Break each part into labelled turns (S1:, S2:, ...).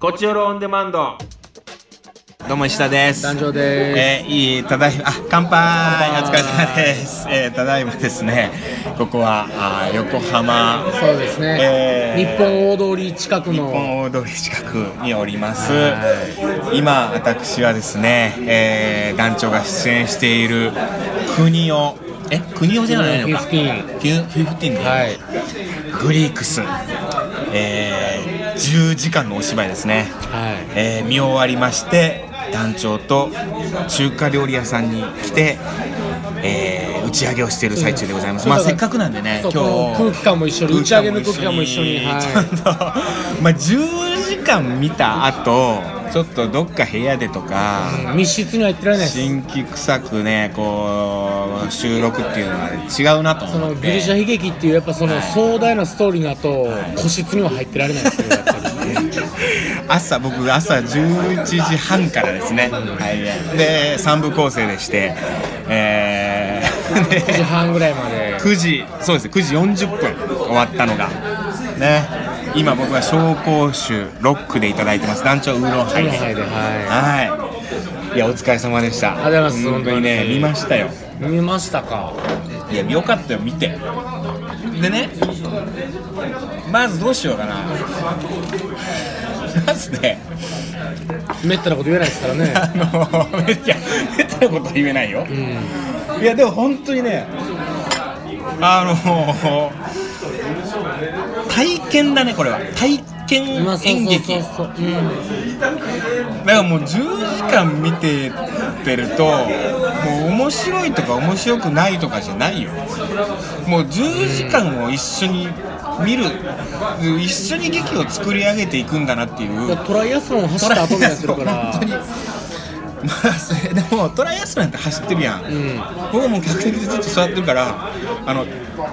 S1: こちよろオンデマンド。どうも石田です。
S2: 誕生で
S1: えーいいただいまあ乾杯お疲れ様です、えーただいまですねここはあー横浜
S2: す。そうですね、
S1: えー
S2: 日本大通り近く
S1: 日
S2: の
S1: 本大通り近くにおります今私はですね、えー団長が出演している国をえ国をじゃないのか
S2: フィフ
S1: フィフィフティンで、
S2: はい
S1: グリークス、えー10時間のお芝居ですね、
S2: はい
S1: えー見終わりまして団長と中華料理屋さんに来て、えー打ち上げをしている最中でございます、まあ、せっかくなんでね
S2: そ
S1: 今
S2: う
S1: 日
S2: この空気感も一緒に打ち上げの空気感も一緒にはい
S1: ちゃんと、まあ、10時間見た後ちょっとどっか部屋でとか、
S2: 密室には行ってられないです
S1: 新規臭くねこう収録っていうのは違うなと
S2: そ
S1: 思
S2: の
S1: っ
S2: ギリ
S1: て
S2: シャ悲劇っていうやっぱその壮大なストーリーの後、個室には入ってられないですよや っぱり
S1: 朝僕朝11時半からですね、はい、で3部構成でしてえー で
S2: 9時半ぐらいまで
S1: 9時そうです9時40分終わったのがね今僕は紹興酒ロックでいただいてます団長ウーロンハイ
S2: 上
S1: で
S2: 海では
S1: はいいやお疲れ様でした
S2: ありがとうございます
S1: 本当にね
S2: 本当に
S1: 見ましたよ
S2: い見ましたか
S1: いやよかったよ見てでねまずどうしようかなまずね
S2: めったなこと言えないですからね
S1: あのいやめったなことは言えないよ、いやでも本当にねあの体験だねこれは体験
S2: まあそ う
S1: 演劇
S2: そうそうそう、うん
S1: だからもう10時間見てってるともう面白いとか面白くないとかじゃないよもう10時間を一緒に見る一緒に劇を作り上げていくんだなっていう
S2: いやトライアスロン走った後みたいになってるから
S1: 本当にまあそれでもトライアスロンって走ってるやん、
S2: ん
S1: 僕はもう客席でずっと座ってるからあの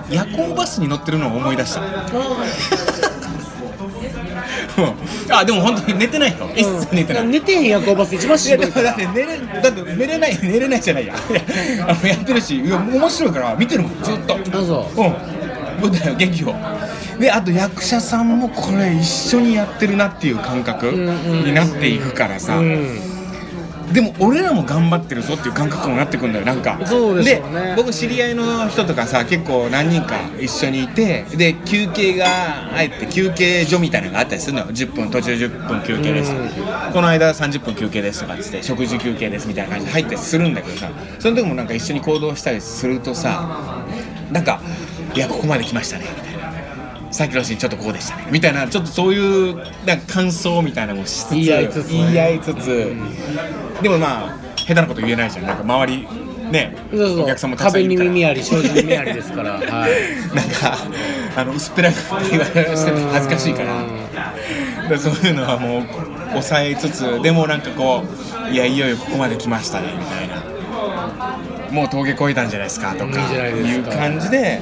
S1: 夜行バスに乗ってるのを思い出した もうあでも本当に寝てないよ一切寝てない
S2: うん 寝てへん夜行バス一番
S1: い
S2: し
S1: や
S2: んど
S1: で
S2: い
S1: も
S2: から
S1: だって寝れだって寝れない寝れないじゃないや いやあのやってるしいや面白いから見てるもんずっと
S2: あそ
S1: うん舞台を劇をであと役者さんもこれ一緒にやってるなっていう感覚になっていくからさ、
S2: うん
S1: でも俺らも頑張ってるぞっていう感覚もなってくるんだよなんか
S2: そうでしょうね
S1: 僕知り合いの人とかさ結構何人か一緒にいてで休憩があえて休憩所みたいなのがあったりするのよ10分途中10分休憩ですとかこの間30分休憩ですとかっつって食事休憩ですみたいな感じで入ったりするんだけどさその時もなんか一緒に行動したりするとさなんか「いやここまで来ましたね」みたいな。さっきのシーンちょっとこうでしたねみたいなちょっとそういうなんか感想みたいなのもしつつ
S2: 言い合いつつね
S1: 言い合いつつでもまあ下手なこと言えないじゃんなんか周りね
S2: そうそう
S1: お客さんもたくさんいるから
S2: 壁に耳あり障子に耳ありですからはい
S1: なんかあの薄っぺらく言われしてて 恥ずかしいからだからそういうのはもう抑えつつでもなんかこういやいよいよここまで来ましたねみたいなもう峠越えたんじゃないですかと
S2: いい
S1: か
S2: じゃないで
S1: い
S2: す
S1: う
S2: か
S1: 感じで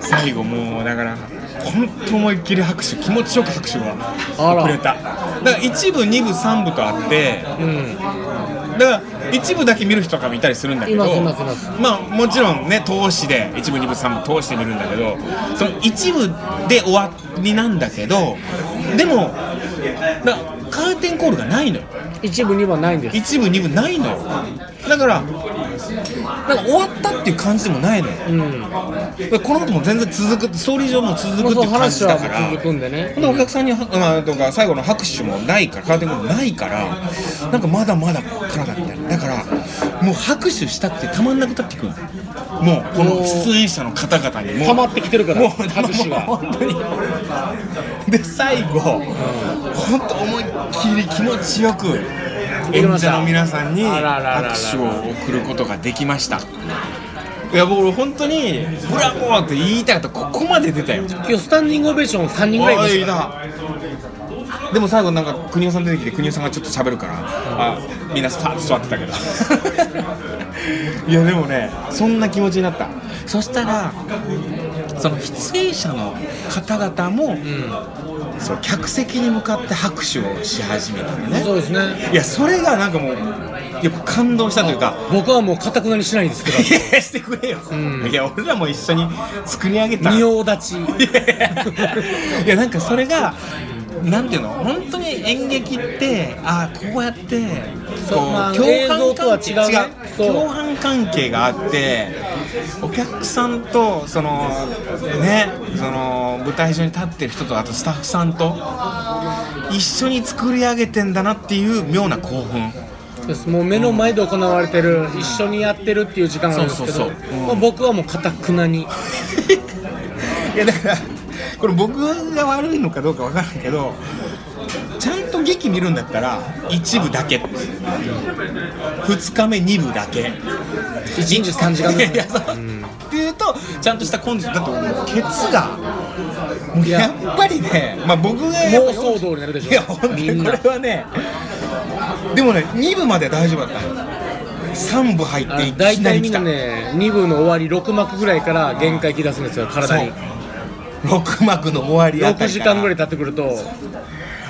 S1: 最後もうだから本当思いっきり拍手気持ちよく拍手
S2: あ
S1: が
S2: ら
S1: くれただから1部2部3部とあって
S2: うん
S1: だから一部だけ見る人とかもいたりするんだけど
S2: いますいますいます
S1: まあもちろんね通しで一部二部三部通して見るんだけどその一部で終わりなんだけどでもだカーテンコールがないのよ
S2: 一部二部はないんです
S1: 一部二部ないのよだからなんか終わったっていう感じでもないのよ
S2: うん
S1: でこの後も全然続くストーリー上も続くっていう感じだか
S2: まあそう話は
S1: ら
S2: 続くんでね
S1: ほんでお客さんには、まあ、とか最後の拍手もないからカーテンコールないからなんかまだまだこっからだみたいなだからもう拍手したくてたまんなくなってくるもうこの出演者の方々にもう
S2: 溜まってきてるから
S1: もう
S2: 拍手が
S1: もう本当にで最後本当思いっきり気持ちよく演者の皆さんに
S2: あららららら
S1: 拍手を送ることができましたいや僕本当にブラボーって言いたかったここまで出たよ
S2: 今日スタンディングオベーション3人ぐらいいました
S1: だでも最後なんか国尾さん出てきて国尾さんがちょっと喋るから、あみんなスパッと座ってたけ どいやでもねそんな気持ちになったそしたらその出演者の方々も、そう客席に向かって拍手をし始めたのね
S2: そうですね
S1: いやそれがなんかもうやっぱ感動したというか
S2: 僕はもうかたくなにしないんですけ
S1: いやしてくれよ、いや俺らも一緒に作り上げた
S2: ど仁王立ち
S1: いやなんかそれがなんていうの本当に演劇ってああこうやって
S2: そう
S1: こう
S2: まあ
S1: 共犯関
S2: 映
S1: 係
S2: 像とは違うねそう
S1: 共犯関係があってお客さんとそのねその舞台上に立ってる人とあとスタッフさんと一緒に作り上げてんだなっていう妙な興奮
S2: そうですもう目の前で行われてる、一緒にやってるっていう時間があるんですけ
S1: そ
S2: ど
S1: うそうそううん
S2: もう僕はもうかたくなに
S1: いやだからこれ僕が悪いのかどうかわからんけどちゃんと劇見るんだったら一部だけ2日目2部だけ
S2: 1日3時間ぐらい
S1: いやそうっていうとちゃんとした根性だと思うケツがもう
S2: いや
S1: やっぱりね、まあ、僕がやっぱ
S2: 妄想通りになるでし
S1: いや
S2: ょ
S1: 本当
S2: み
S1: に
S2: ん
S1: こ
S2: な
S1: れはねでもね2部までは大丈夫だった3部入っ
S2: あ
S1: てい
S2: の
S1: きなり来た
S2: 大体みんなね2部の終わり6幕ぐらいから限界き出すんですよ体に
S1: そう6幕の終わりあた
S2: 6
S1: り
S2: 時
S1: から
S2: 間ぐらい経ってくると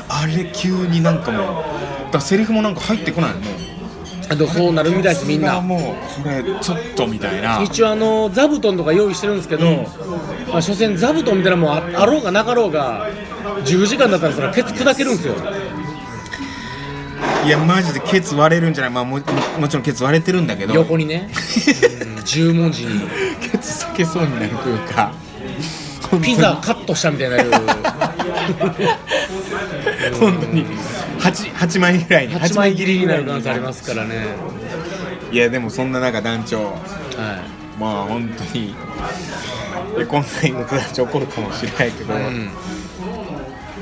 S1: あれ急になんかもうだからセリフもなんか入ってこないもう
S2: あのそうなるみたいですみん
S1: さすが
S2: な
S1: もうこれちょっとみたいな
S2: 一応あの座布団とか用意してるんですけど、
S1: うん
S2: まあ、所詮座布団みたいなもんああろうがなかろうが10時間だったらそれケツ砕けるんですよ
S1: いやマジでケツ割れるんじゃないまあももちろんケツ割れてるんだけど
S2: 横にね、うん十文字に
S1: ケツ裂けそうになるというか
S2: ピザカットしたみたいになる
S1: 本当に 8, 8枚ぐらいに
S2: 8枚切りになる
S1: 八枚
S2: 可能
S1: 切
S2: 性ありますからね
S1: いやでもそんな中団長
S2: は
S1: まあ本当にいやこんなにも団長怒るかもしれないけど、
S2: い、うん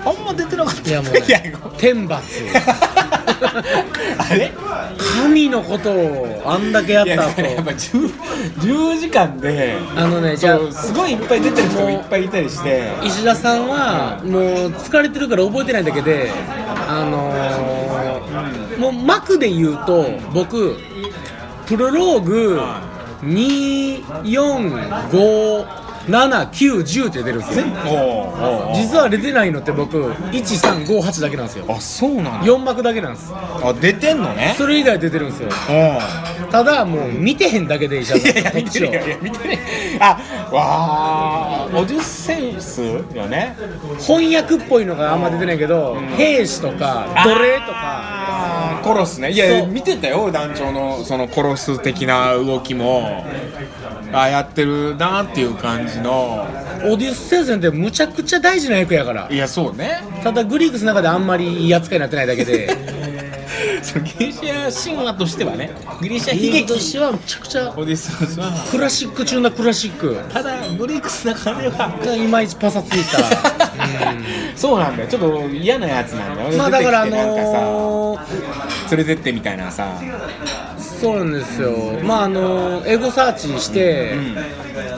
S1: あんま出てなかった
S2: いやもう、ね
S1: いやごめん
S2: 天罰
S1: あれ
S2: 神のことをあんだけやっ
S1: いや
S2: た
S1: だからやっ
S2: 後
S1: ぱ 10, 10時間で
S2: あのねじゃ
S1: そう
S2: あ
S1: すごいいっぱい出てる人もいっぱいいたりして
S2: 石田さんはもう疲れてるから覚えてないだけであのー、もう幕で言うと僕プロローグ2457910って出てるんですよ
S1: おお
S2: 実は出てないのって僕1358だけなんですよ
S1: あそうなの
S2: 4幕だけなんです
S1: あ出てんのね
S2: それ以外出てるんですよ
S1: うん
S2: ただもう見てへんだけで石
S1: い
S2: 田
S1: やい
S2: さ
S1: や
S2: ん
S1: 見てるよい
S2: こっちを
S1: や見てるよあわあオデュッセウスよね
S2: 翻訳っぽいのがあんま出てないけど兵士とか奴隷とか
S1: あーコロスねいや
S2: そう
S1: 見てたよ団長のそのコロス的な動きもあやってるなっていう感じの
S2: オデュッセウスなんてむちゃくちゃ大事な役やから
S1: いやそうね
S2: ただグリークスの中であんまりいい扱いになってないだけで
S1: そのギリシャ神話としてはねギリシャ
S2: 悲
S1: 悲
S2: 劇
S1: 劇
S2: としてはむちゃくちゃ
S1: オデュッセウスは
S2: クラシック中のクラシック
S1: ただブリックスな感じは
S2: がいまいちパサつい た
S1: そうなんだよちょっと嫌なやつなんだよ
S2: まあだからあ
S1: 出てきてなんかさ
S2: のー、
S1: 連れてってみたいなさ
S2: そうなんですよ、まああのエゴサーチして、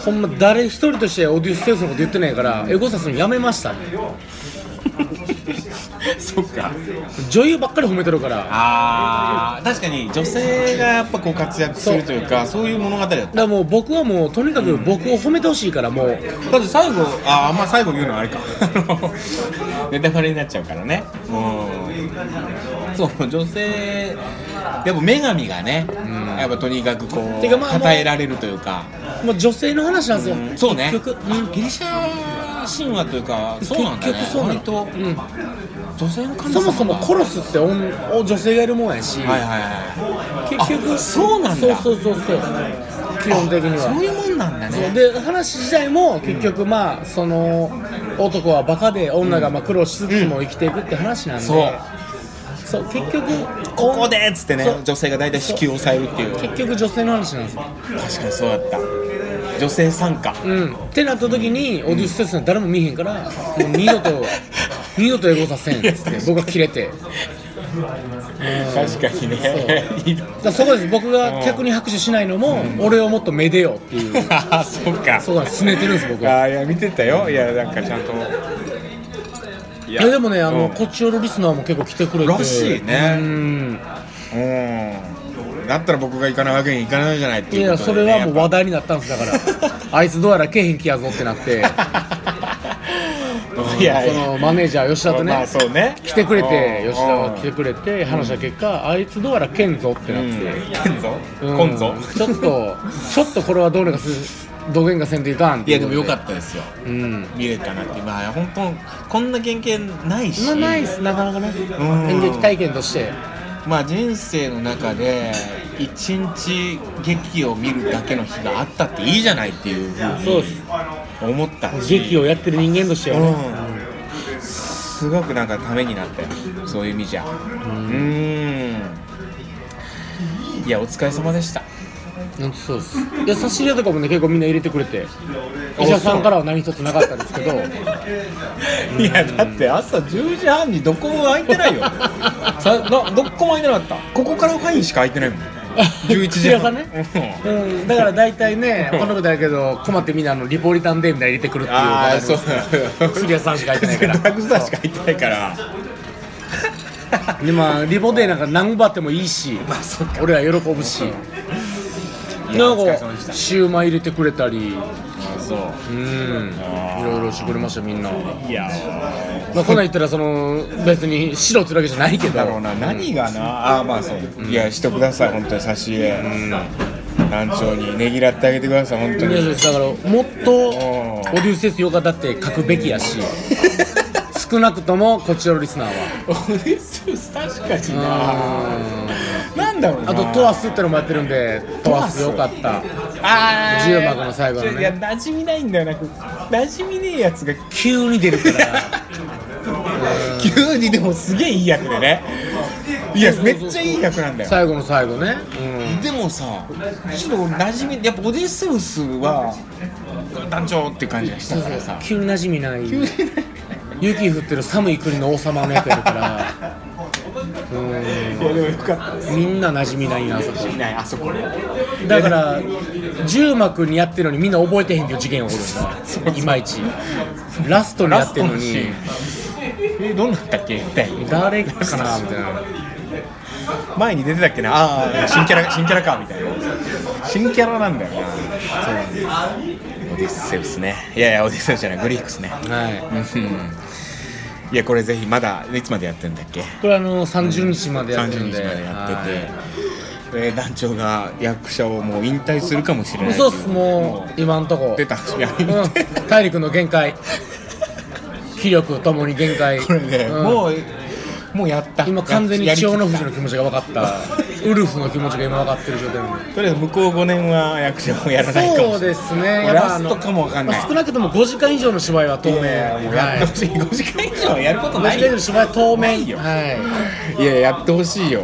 S2: ほんま誰一人としてオデュッセウスのこと言ってないから、エゴサーチのやめましたね
S1: そっか
S2: 女優ばっかり褒めてるからだか
S1: あー確かに女性がやっぱこう活躍するというかそういう物語だった
S2: らもう僕はもうとにかく僕を褒めてほしいからもう
S1: だって最後あーあんま最後言うのはあれか ネタバレになっちゃうからねうんそう女性でも女神がね、やっぱとにかくこう
S2: てかまあ
S1: 与えられるというか
S2: もう女性の話なんですよ、
S1: そうね
S2: 結局、うん
S1: ギリシャ神話というかそうなんだね
S2: 結局そうなの
S1: 割と
S2: うん
S1: 女性の神
S2: そ
S1: 様
S2: もそもコロスって女女性がいるもんやし、
S1: はいはいは
S2: 結局
S1: あそうなんだ
S2: そうそうそうそう基本的に
S1: いそう
S2: は
S1: いうもんなんだ
S2: そう
S1: ね
S2: で話自体も結局まあその男はバカで女がまあ苦労しつつも生きていくって話なんで、
S1: そう
S2: そう結局
S1: ここでっつってね
S2: そう
S1: 女性が大体子宮を抑えるっていう
S2: 結局女性の話なんですよ、
S1: 確かにそうだった女性参加
S2: うん、ってなった時にオーディステスなんて誰も見えへんから、もう二度 と二度とエゴさせんっつって僕はキレて
S1: 確かにね
S2: だからそこです僕が客に拍手しないのも、俺をもっとめでよっていう
S1: ああそうか
S2: そうなんです拗ねてるんです僕は
S1: ああいや見てたよいやなんかちゃんとい
S2: いやでもねあの、
S1: うん
S2: こっちよりリスナーも結構来てくれて
S1: らしいね
S2: うん
S1: うんだったら僕が行かないわけにいかないじゃないって
S2: い
S1: いう
S2: や
S1: こと
S2: そ
S1: で
S2: れ
S1: ね
S2: はもう
S1: やっ
S2: 話題になったんですだから あいつどうやらけえへんきやぞってなって
S1: ぱいやい
S2: そ
S1: や
S2: のマネージャー吉田とね、
S1: まあそうね
S2: 来てくれて
S1: うん
S2: 吉田が来てくれて話した結果、あいつどうやらけんぞってなって、
S1: うんけんぞ
S2: うん
S1: こんぞ
S2: ちょっとちょっとこれはどうにかすどげんかせんといかん
S1: いやでもよか
S2: た
S1: ったですよ
S2: うん
S1: 見れたなってまあ本当こんな経験ないし
S2: まあないっすなかなかね
S1: ん
S2: 演劇体験として
S1: まあ人生の中で一日劇を見るだけの日があったっていいじゃないっていうふう
S2: そう
S1: に
S2: です
S1: 思ったし
S2: 劇をやってる人間としてはね
S1: うんすごくなんかためになったよそういう意味じゃうんいやお疲れ様でした
S2: なんとそうですいや差し入れとかもね結構みんな入れてくれて
S1: あ
S2: 医者さんからは何一つなかったんですけど
S1: いやだって朝10時半にどこも空いてないよ さなどこも空いてなかったここからファインしか空いてないもん11時
S2: 口屋さ
S1: 半
S2: んね、うん、だから大体ね他のことだけど困ってみんなあのリポリタンデーみたいに入れてくるっていう
S1: ああそう
S2: 薬屋さんしか空い てないから
S1: ドラッグストアしか空いてないから
S2: でまあリボデーなんか何張ってもいいし、
S1: あそっ
S2: 俺ら喜ぶ
S1: い
S2: し
S1: や
S2: な
S1: お疲れ様
S2: ん
S1: でし
S2: か
S1: た
S2: シューマイ入れてくれたり
S1: あそう
S2: うんいろいろしてくれましたみんな、ま
S1: いや
S2: あ、こんなん言ったらその別に白ってわけじゃないけど
S1: だろうな何がなああまあそう、いやしてください本当に差し入れ、団長にねぎらってあげてください本当
S2: いや
S1: に
S2: だからもっとオ
S1: おー
S2: ーディオ施設よかったって書くべきやし少なくともこちらのリスナー
S1: 俺そう確かに
S2: は
S1: なんだろうな
S2: あと「トワスってのもやってるんで「トワスよかった
S1: あ
S2: 10幕の最後のね
S1: いや馴染みないんだよな馴染みねえやつが
S2: 急に出るから
S1: 急にでもすげえいい役でねいやめっちゃいい役なんだよ
S2: 最後の最後ね、
S1: でもさちょっと馴染みやっぱオデセウスは団長って感じがしたからさ
S2: 急に馴染みない雪降ってる寒い国の王様の役やるから
S1: いやでもよかったです
S2: みんな馴染みないなあそこ
S1: いないあそこ
S2: だから10幕にやってるのにみんな覚えてへんっていう事件起こるんだいまいちラストにやってるのに
S1: えどうなったっけみたいな
S2: 誰かなみたいな
S1: 前に出てたっけなああ新キャラ新キャラかみたいな新キャラなんだよなオディセウスねいやいやオディセウスじゃないグリークスね
S2: はい
S1: いやこれぜひまだいつまでやってんだっけ
S2: これあの30日までやってる
S1: 30
S2: ん
S1: 日
S2: で
S1: までやってて
S2: は、
S1: えー団長が役者をもう引退するかもしれない
S2: いそうっすも
S1: う
S2: う今んとこ
S1: 出たいや
S2: うん体力の限界気力ともに限界
S1: これね、
S2: うん
S1: もうもうやった
S2: 今完全に
S1: やり
S2: 千
S1: きっ
S2: 代
S1: た
S2: の富士の気持ちが分かったウルフの気持ちが今分かってる状態なんで
S1: とりあえず向こう5年は役者もやらないかもしれない
S2: そうですね
S1: もう
S2: やっぱ
S1: ラ
S2: あ
S1: ス
S2: の
S1: トかもわかんない
S2: まあ少なくとも5時間以上の芝居は当面
S1: もうやってほしい5時間以上はやること
S2: 5
S1: ない
S2: 時間以上
S1: よ
S2: の芝居は当面
S1: ないよ
S2: はい
S1: ややってほしいよ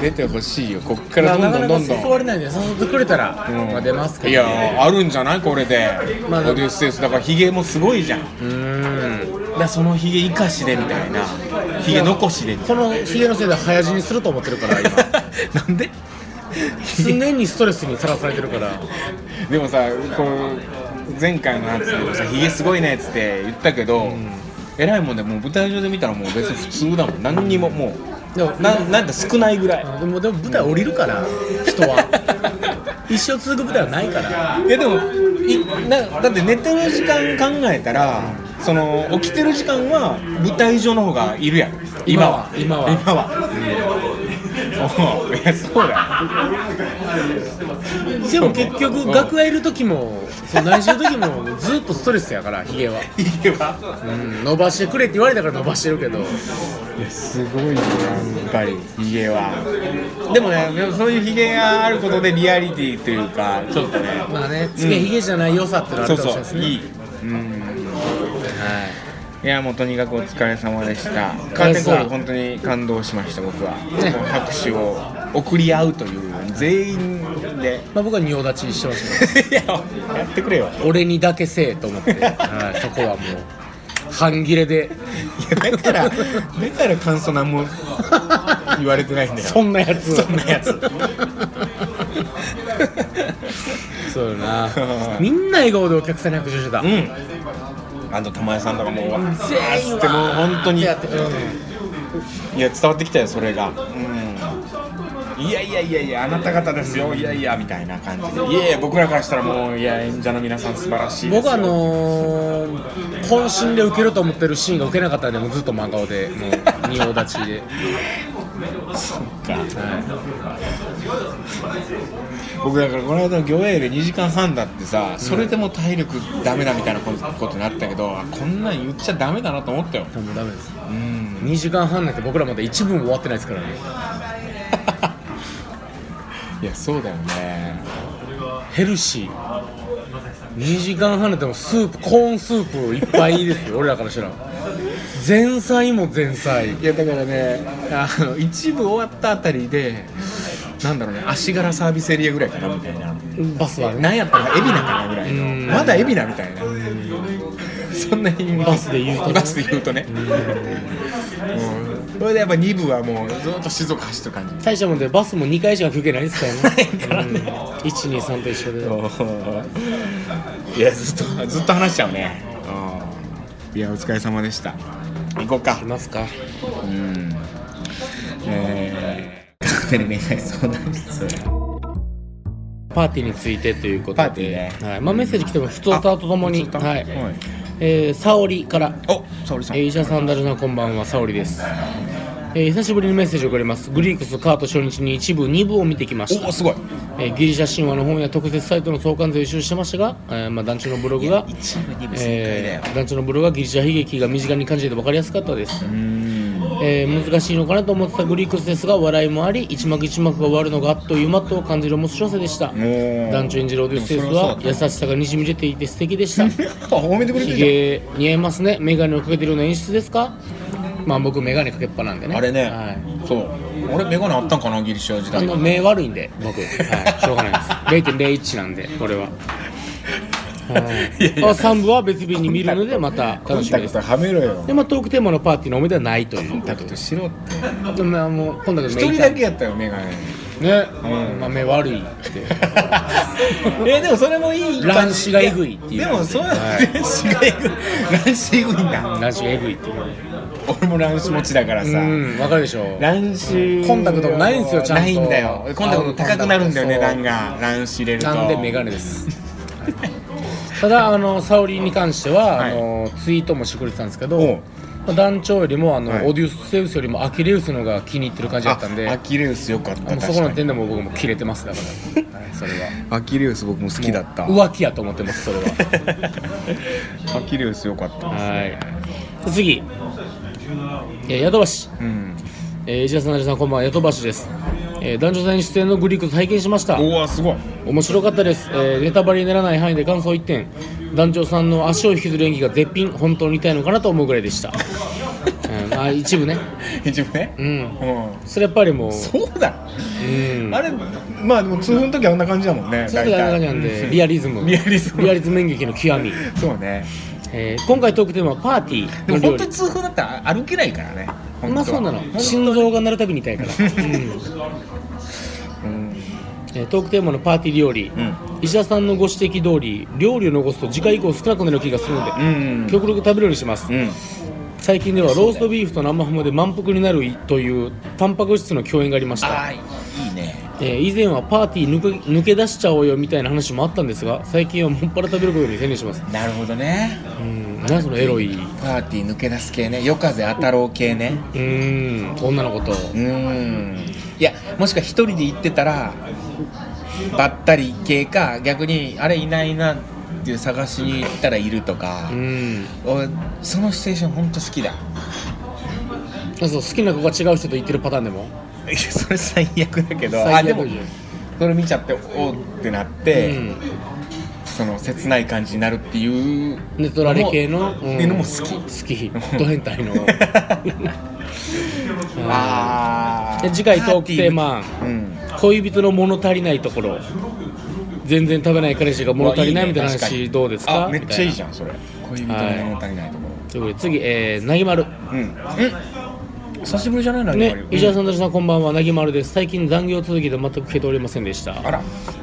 S1: 出てほしいよこっか
S2: ま
S1: ら
S2: あ
S1: ど
S2: なんか
S1: どんど
S2: なか
S1: んど
S2: 誘
S1: ん
S2: われないんで誘ってくれたらまあ出ますけど
S1: いやあるんじゃないこれで、
S2: まあ
S1: オデュッセウスだからヒゲもすごいじゃん
S2: うーん
S1: だからそのヒゲ生かしでみたいなヒゲ残しでみたい
S2: このヒゲのせいで早死にすると思ってるから今
S1: な なんで
S2: 常にストレスにさらされてるから
S1: でもさこう前回のやつでもさヒゲすごいねっつって言ったけど、えらいもんでもう舞台上で見たらもう別に普通だもん何にもも
S2: でも
S1: うななんだ少ないぐらい
S2: でもでも舞台降りるから 人は一生続く舞台はないから
S1: いやでもいなだって寝てる時間考えたらその起きてる時間は舞台上の方がいるやん今は
S2: 今は
S1: 今は、うん、おう いやそうだ
S2: でも結局
S1: うん
S2: 楽屋いる時もそう内緒の時もずっとストレスやからヒゲは、
S1: ヒゲは
S2: うん、伸ばしてくれって言われたから伸ばしてるけど
S1: いやすごいよやっぱりヒゲはでもねでもそういうヒゲがあることでリアリティというかちょっとね
S2: まあねつけヒゲじゃない良さってのはあ
S1: そ
S2: る
S1: う
S2: かもし
S1: そ
S2: れないうですね
S1: いいうん
S2: はい
S1: いやもうとにかくお疲れ様でしたカーテンコール本当に感動しました僕は、
S2: ね
S1: こう拍手を送り合うという全員で
S2: まあ、僕は仁王立ちしてました け
S1: いややってくれよ
S2: ど俺にだけせえと思って、はい、そこはもう半切れで
S1: いやだからだから感想何も言われてないんだよ
S2: そんなや つ
S1: そんなやつ
S2: そうよなみんな笑顔でお客さんに拍手してた
S1: うんあと玉井さんとかもうわーってもう本当にいや
S2: やってうん
S1: 伝わってきたよそれがうんいやいやいやいやあなた方ですよいやいやみたいな感じでいやいや僕らからしたらもういや演者の皆さん素晴らしいですよ
S2: 僕はあのー、渾身で受けると思ってるシーンが受けなかったんでもうずっと真顔でもう仁王立ちで
S1: そっか、僕だからこの間の魚影で2時間半だってさそれでも体力ダメだみたいなことことになったけど、あこんなん言っちゃダメだなと思ったよ
S2: もうダメです
S1: うん
S2: 2時間半なんて僕らまだ1分終わってないですからね
S1: いやそうだよね
S2: ヘルシー2時間半なんてもうスープコーンスープいっぱいです よ俺らからしたら前菜も前菜
S1: いやだからねあの一部終わったあたりでなんだろうね足柄サービスエリアぐらいかなみたいな
S2: バスはね
S1: なんやったら海老名かなぐらいの
S2: うん
S1: まだ海老名みたいなそんなに
S2: バスで言うとね
S1: バスで言うとねうんそれでやっぱ2部はもうずっと静岡走ってる感じ
S2: 大したもんでバスも2回しか休憩ないですからね
S1: ないからね
S2: うん123と一緒で
S1: いやずっとずっと話しちゃうねいやお疲れ様でした行こうか
S2: いますか
S1: うんえー、カクテル恋愛相談室
S2: パーティーについてということで
S1: パーティーね
S2: はいまあ、メッセージ来ても普通歌とともに
S1: 普通歌
S2: はい
S1: はい
S2: えー沙織から
S1: お沙織さん、
S2: えー、医者サンダルのこんばんは、沙織です。えー久しぶりにメッセージをくれます。グリークスカート初日に一部、二部を見てきました。
S1: おすごい
S2: えーギリシャ神話の本や特設サイトの相関図を一周してましたが、えーまあ、団地のブログが、
S1: 一部二部
S2: えー団地のブログがギリシャ悲劇が身近に感じて分かりやすかったです。
S1: うん
S2: えー難しいのかなと思ってたグリークスですが笑いもあり一幕一幕が終わるのがあっという間と感じる面白さでした
S1: ー
S2: 団長演じるオデュッセウスは
S1: で
S2: 優
S1: も
S2: しさがにじみ出ていて素敵でした
S1: 褒めてくれてる
S2: ひ
S1: じゃん
S2: げ似合いますね眼鏡をかけてるような演出ですかまあ僕眼鏡かけっぱなんでね
S1: あれね、
S2: はい、
S1: そう俺メガネあったんかなギリシャ時
S2: あ
S1: 代
S2: の目悪いんで僕、はい、しょうがないです0.01なんでこれははい
S1: やいや
S2: あ3部は別日に見るのでまた楽しみです
S1: はめろよ
S2: でまあトークテーマのパーティーのおめではないという
S1: だってしろって
S2: でももう今度は
S1: 一人だけやったよメガネ
S2: ね、まあ目悪いって
S1: えでもそれもいい
S2: 乱視がえぐいっていう
S1: やでもそう
S2: はい
S1: 乱視がえぐい乱視えぐいんだ
S2: ラジオエグいっていう
S1: 俺も乱視持ちだからさ
S2: うんわかるでしょ
S1: 乱視
S2: コンタクトもないんですよちゃんと
S1: ないんだよコンタクト高くなるんだよね
S2: そう
S1: 段が乱視入れると
S2: なんでメガネですただあの沙織に関しては、
S1: はい
S2: あのツイートもしてくれてたんですけ
S1: おう
S2: どまあ団長よりもあの、
S1: はい
S2: オデュッセウスよりもアキレウスのが気に入ってる感じだったんで
S1: あアキレウスよかった
S2: もうそこ
S1: 確
S2: の
S1: か
S2: 点でも僕もキレてますだから、はい、それは
S1: にアキレウス僕も好きだった
S2: 浮気やと思ってますそれは
S1: アキレウスよかった
S2: はい次えーヤドバシ
S1: うん
S2: えー、石田さん、成さん、こんばんは、ヤトバシです。えー、男女戦出演のグリークス拝見しました。
S1: おわすごい
S2: 面白かったです、えーネタバレにならない範囲で感想1点団長さんの足を引きずる演技が絶品本当に痛いのかなと思うぐらい でした、うん、あ一部ね
S1: 一応ね
S2: うん
S1: うん
S2: それやっぱりも う
S1: そうだ
S2: うん
S1: あれまあでも通風の時あんな感じだもんね
S2: それがあれなんでリアリズム
S1: リアリズム
S2: リアリズム演劇の極み、
S1: そうね
S2: えー今回トークテーマはパーティー
S1: で
S2: の
S1: も
S2: 料
S1: 本
S2: 理
S1: 当に通風だったら歩けないからね本当は
S2: まあそうなの心臓が鳴るたびに痛 いから、うん
S1: うん
S2: えートークテーマのパーティー料理、
S1: うん
S2: 石田さんのご指摘通り料理を残すと次回以降少なくなる気がするの
S1: う
S2: で、
S1: ん
S2: 極力食べるようにします、
S1: うん
S2: 最近ではローストビーフと生ハムで満腹になるというタンパク質の共演がありました、
S1: あーいいね
S2: えー以前はパーティー抜け抜け出しちゃおうよみたいな話もあったんですが最近はもっぱら食べることに専念します
S1: なるほどね
S2: うん何そのエロい
S1: パーティー抜け出す系ね夜風当たろう系ね
S2: うん女の子と
S1: うんいやもしくは一人で行ってたらばったり系か逆にあれいないなっていう探しに行ったらいるとか
S2: うん
S1: 俺そのシチュエーション本当好きだ
S2: あそう好きな子が違う人と言ってるパターンでも
S1: いやそれ最悪だけど
S2: 最悪
S1: あでも
S2: じゃん
S1: それ見ちゃっておーってなって、その切ない感じになるっていう
S2: うん、ネトラレ系の
S1: もっていうのも好き
S2: き好き ド変態の
S1: あ ー
S2: で次回トークテー
S1: パ
S2: マ
S1: ーティーうん
S2: 恋人の物足りないところ全然食べない彼氏が物足りないみたいな
S1: うわね確
S2: 話
S1: に
S2: どうですか
S1: あめっちゃいいじ
S2: ん
S1: ゃんそれ恋人の物足りないところ、
S2: ということで次えーなぎまる
S1: うん、うん、久しぶりじゃないな
S2: ね石田
S1: ん
S2: さんたちさんこんばんはなぎまるです最近残業続きで全く聞けておりませんでした
S1: あら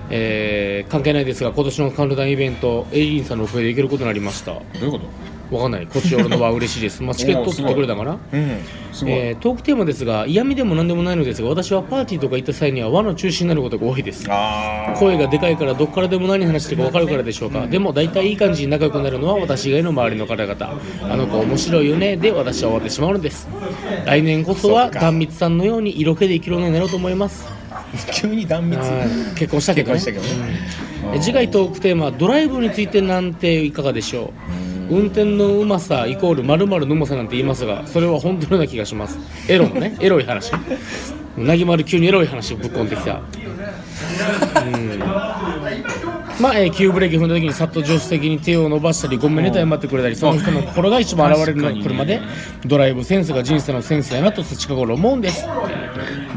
S2: えー関係ないですが今年のカウントダウンイベントエイリンさんのお声で行けることになりました
S1: どういうこと
S2: わかんないこっち俺のは嬉しいです、まあ、チケット取ってくれたかな
S1: うんすごい、
S2: えートークテーマですが嫌味でも何でもないのですが私はパーティーとか行った際には輪の中心になることが多いです
S1: ああ
S2: 声がでかいからどっからでも何話してるか分かるからでしょうかでも大体いい感じに仲良くなるのは私以外の周りの方々あの子面白いよねで私は終わってしまうのです来年こそ
S1: そ
S2: は
S1: っか
S2: 壇蜜さんのように色気で生きるようになろうと思います
S1: 急に断密
S2: はい結婚したけ
S1: 結
S2: どね
S1: 婚したけどね、
S2: え次回トークテーマはドライブについてなんていかがでしょう運転のうまさイコールまるのうまさなんて言いますがそれは本当のような気がしますエロの ねエロい話なぎまる急にエロい話をぶっこんできたうんまあ、えー急ブレーキ踏んだ時にさっと助手席に手を伸ばしたりごめんねと謝ってくれたりその人の心が一番現れるのが車でドライブセンスが人生のセンスやなと近頃思うんです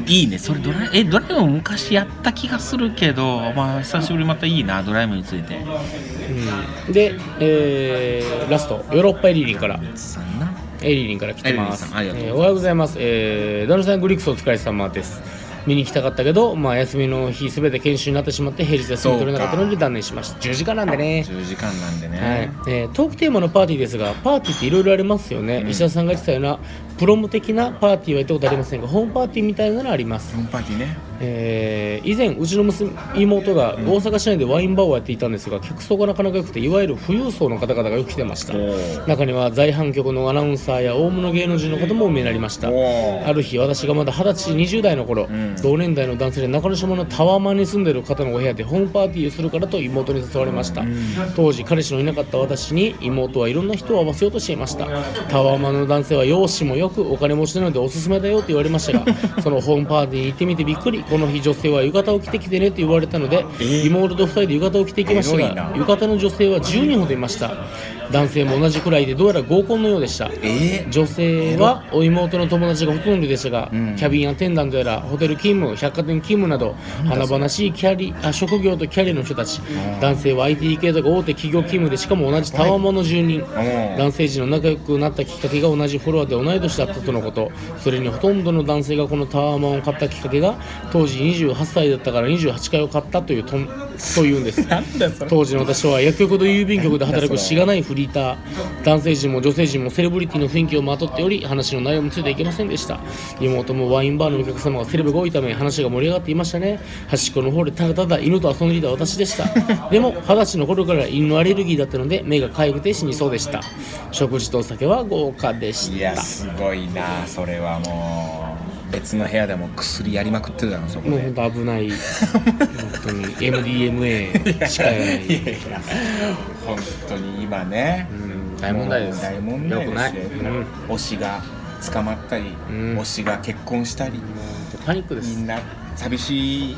S3: いいねそれドライえドライブも昔やった気がするけどまあ久しぶりにまたいいなドライブについて
S2: で、えーラストヨーロッパエリリンから
S3: さんな
S2: エリリンから来てます
S3: エリリンさんありがとうございます
S2: えーおはようございます、えー、ダルさんグリクスお疲れ様です見に来たかったけど、まあ、休みの日すべて研修になってしまって平日休み取れなかったので断念しました10時間なんでね
S1: 10時間なんでね、
S2: はいえートークテーマのパーティーですがパーティーっていろいろありますよね、石田さんが言ってたようなプロム的なパーティーは行ったことありませんがホームパーティーみたいなのあります
S1: ロンパーティーね
S2: えー以前うちの娘妹が大阪市内でワインバーをやっていたんですが客層がなかなか良くていわゆる富裕層の方々がよく来てました
S1: お
S2: 中には在阪局のアナウンサーや大物芸能人の方もお見えになりました
S1: おー
S2: ある日私がまだ20歳20代の頃、
S1: ん
S2: 同年代の男性で中之島のタワマンに住んでる方のお部屋でホームパーティーをするからと妹に誘われました、当時彼氏のいなかった私に妹はいろんな人を合わせようとしていましたタワマンの男性は容姿もよくお金持ちなのでおすすめだよと言われました がそのホームパーティーに行ってみてびっくりこの日女性は浴衣を着てきてねと言われたので、妹と2人で浴衣を着ていきました
S1: エロいな
S2: が浴衣の女性は10人ほどいました男性も同じくらいでどうやら合コンのようでした
S1: え
S2: 女性はお妹の友達がほとんどでしたが、キャビンアテンダントやらホテル勤務百貨店勤務など華々しいキャリあ職業とキャリアの人たち男性は IT 系とか大手企業勤務でしかも同じタワマンの住人
S1: ー
S2: 男性陣の仲良くなったきっかけが同じフロアで同い年だったとのことそれにほとんどの男性がこのタワマンを買ったきっかけが当時28歳だったから28回を買ったというとんというんです
S1: なんだそれ
S2: 当時の私は薬局と郵便局で働くしがないフリーター男性陣も女性陣もセレブリティの雰囲気をまとっており話の内容もついていけませんでした妹もワインバーのお客様がセレブが多いため話が盛り上がっていましたね端っこの方でただただ犬と遊んでいた私でしたでも二十歳の頃から犬のアレルギーだったので目が痒くて死にそうでした食事とお酒は豪華でし
S1: いや
S2: た
S1: すごいなそれはもう別の部屋でも薬やりまくってるだろそこ
S2: もう
S1: で
S2: 本当危ない本当に MDMA しかやない
S1: いやいや本当に今ね、
S2: うん大問題で
S1: も
S2: す
S1: う大問題ですよ
S2: よくないうん
S1: 推しが捕まったり、
S2: ん
S1: 推しが結婚したり、
S2: パニックです
S1: みんな寂しい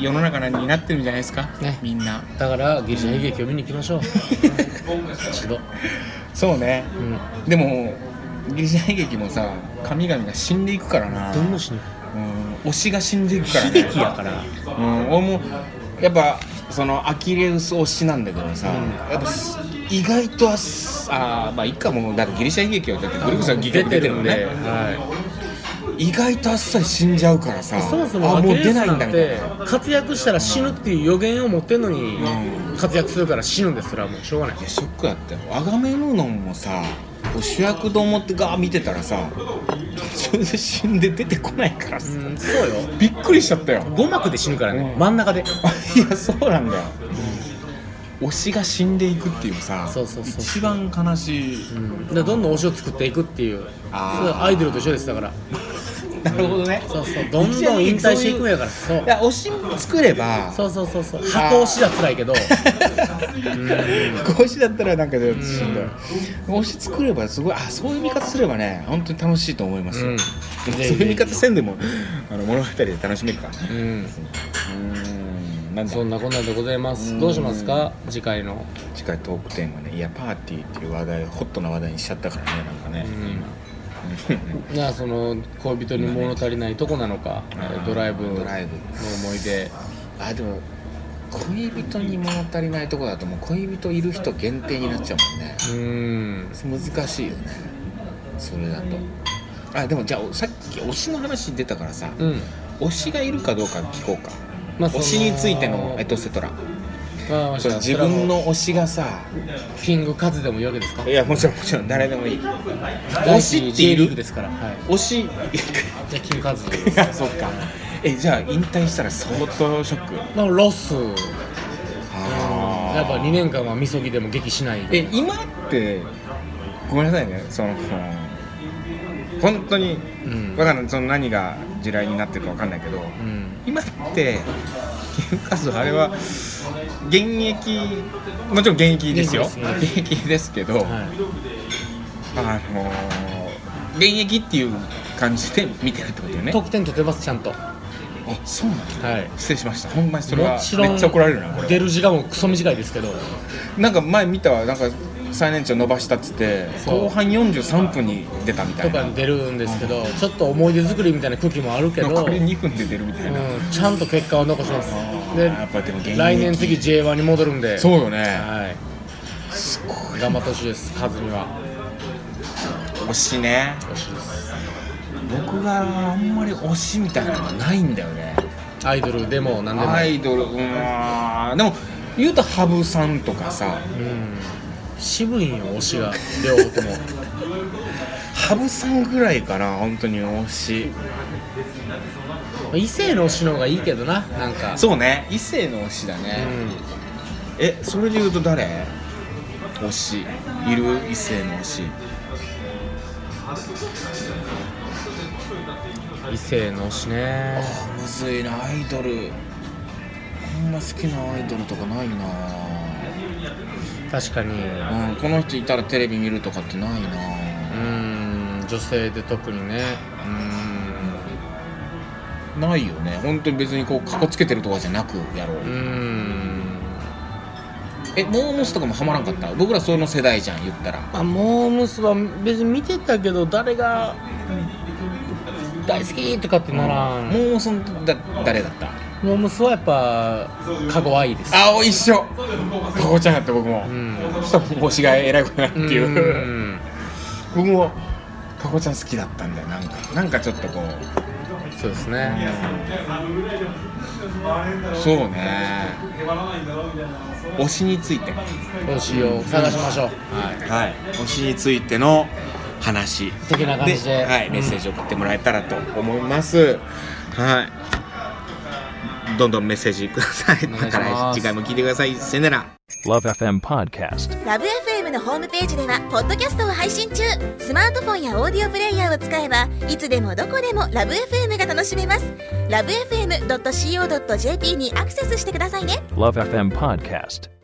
S1: 世の中になってるんじゃないですか、
S2: ね
S1: みんな
S2: だからギリシャ悲劇を見に行きましょう一度、
S1: そうね、
S2: うん、
S1: でもギリシャ悲劇もさ神々が死んでいくからな、
S2: どんな死に
S1: うん推しが死んでいくから
S2: 悲
S1: ね
S2: 劇やから
S1: うん、俺もやっぱそのアキレウス推しなんだけどさ、やっぱす意外とあすあーまあ一回もうだってギリシャ悲劇はだってグリコさん戯曲出てるのね
S2: は
S1: 意外とあっさり死んじゃうからさ
S2: い、そもそも
S1: あ
S2: ア
S1: も
S2: キ
S1: う
S2: レ
S1: 出
S2: ウス
S1: ない
S2: なん
S1: だ
S2: ん
S1: みたい
S2: て
S1: な
S2: 活躍したら死ぬっていう予言を持ってんのに
S1: う
S2: 活躍するから死ぬんですそれはもうしょうがない
S1: いやショックだったよアガメムノンもさこう主役と思ってガー見てたらさそれで死んで出てこないからさ、
S2: うんそうよ
S1: びっくりしちゃったよ
S2: 5幕で死ぬからね、
S1: うん
S2: 真ん中で
S1: いやそうなんだよ、推しが死んでいくっていうさ
S2: そうそうそう
S1: 一番悲しい、
S2: うんでどんどん推しを作っていくっていう
S1: あー
S2: それはアイドルと一緒ですだから
S1: なるほどね
S2: そうそうどんどん引退していくんやからそう
S1: いや推し作れば
S2: そうそうそうそう箱推しは辛いけど
S1: 推しだったらなんかで死んだよ推し作ればすごいあそういう見方すればね本当に楽しいと思いますよ、
S2: うん
S1: そういう見方せんでもあの物語で楽しめるからう
S2: うん
S1: ーんなんだ
S2: そんなこんなでございます。どうしますか次回の。
S1: 次回トークテーマねいやパーティーっていう話題ホットな話題にしちゃったからねなんかね、
S2: じゃあその恋人に物足りないとこなのか、
S1: ん
S2: ドライブの
S1: ドライブ
S2: 思い出。
S1: あでも恋人に物足りないとこだともう恋人いる人限定になっちゃうもんね
S2: うーん。
S1: 難しいよねそれだとあでもじゃあさっき推しの話出たからさ、
S2: うん。
S1: 推しがいるかどうか聞こうか、
S2: まあその
S1: 推しについてのエトセトラ
S2: ああ
S1: その自分の推しがさ
S2: キングカズでもいいわけですか
S1: いやもちろんもちろん誰でもいい推しってい
S2: J リーグ
S1: る
S2: ですから、はい、
S1: 推しい
S2: じゃあキングカ ズ
S1: やそっかえじゃあ引退したら相当ショック
S2: まあロス
S1: あ
S2: やっぱ2年間はみそぎでも激しない
S1: え今ってごめんなさいねそのこの本当に、
S2: うん
S1: わかんないその何が地雷になってるかわかんないけど、
S2: うん
S1: 今ってキングカズあれは現役もちろん現役ですよ
S2: 現役です
S1: 現役ですけど、
S2: は
S1: あのー現役っていう感じで見てるってことよ
S2: い
S1: ね
S2: 得点取ってますちゃんとは
S1: あそうなんだ
S2: い
S1: 失礼しましたほんまにそれは
S2: もちろん
S1: めっちゃ怒られるなこれ
S2: 出る時間もクソ短いですけど
S1: なんか前見たわなんか最年長伸ばしたっつって
S2: そう
S1: 後半43分に出たみた
S2: と
S1: いな
S2: かに出るんですけどちょっと思い出作りみたいな空気もあるけど、
S1: 残り
S2: うん、
S1: 2分で出るみたいな、
S2: ちゃんと結果を残しますで
S1: やっぱでも現役
S2: 来年次 J1 に戻るんで
S1: そううよね
S2: はいすごい頑張ってほしいですカズには
S1: 推しね
S2: ほしいです
S1: 僕があんまり推しみたいなのがないんだよね
S2: アイドルでも何でも、
S1: アイドルうーんでも言うと羽生さんとかさ
S2: うん渋いんよ推しが両方とも
S1: 羽生さんぐらいかな本当に推し
S2: 異性の推しの方がいいけどななんか
S1: そうね異性の推しだね、
S2: う
S1: えそれで言うと誰推しいる異性の推し
S2: ん、異性の推しね
S1: あむずいなアイドルあんま好きなアイドルとかないな、
S2: 確かにう
S1: うん、この人いたらテレビ見るとかってないな、
S2: ん女性で特にね
S1: ないよね本当に別にこうかっこつけてるとかじゃなくやろう、
S2: うんうん
S1: えモームスとかもハマらんかった僕らその世代じゃん言ったら
S2: まあモームスは別に見てたけど誰が大好きとかってならん、
S1: モームスのだ誰だった
S2: モームスはやっぱかご愛いです
S1: あお一緒かこちゃんやった僕も
S2: うん
S1: そしたら推しがえらいことになっていううん僕もかこちゃん好きだったんだよなんかなんかちょっとこう
S2: そうですね
S1: そうね推しについて
S2: 推しを探しましょう、
S1: はい推しについての話
S2: 的な感じで
S1: はい、メッセージ送ってもらえたらと思いますはいどんどんメッセージください
S2: お願いし
S1: ま
S2: ま
S1: た来
S2: す
S1: 次回も聞いてくださいさよなら
S4: Love FM Podcast.
S5: ラブ f m のホームページではポッドキャストを配信中スマートフォンやオーディオプレイヤーを使えばいつでもどこでもラブ f m が楽しめますラブ FM.co.jp にアクセスしてくださいね
S4: Love FM Podcast.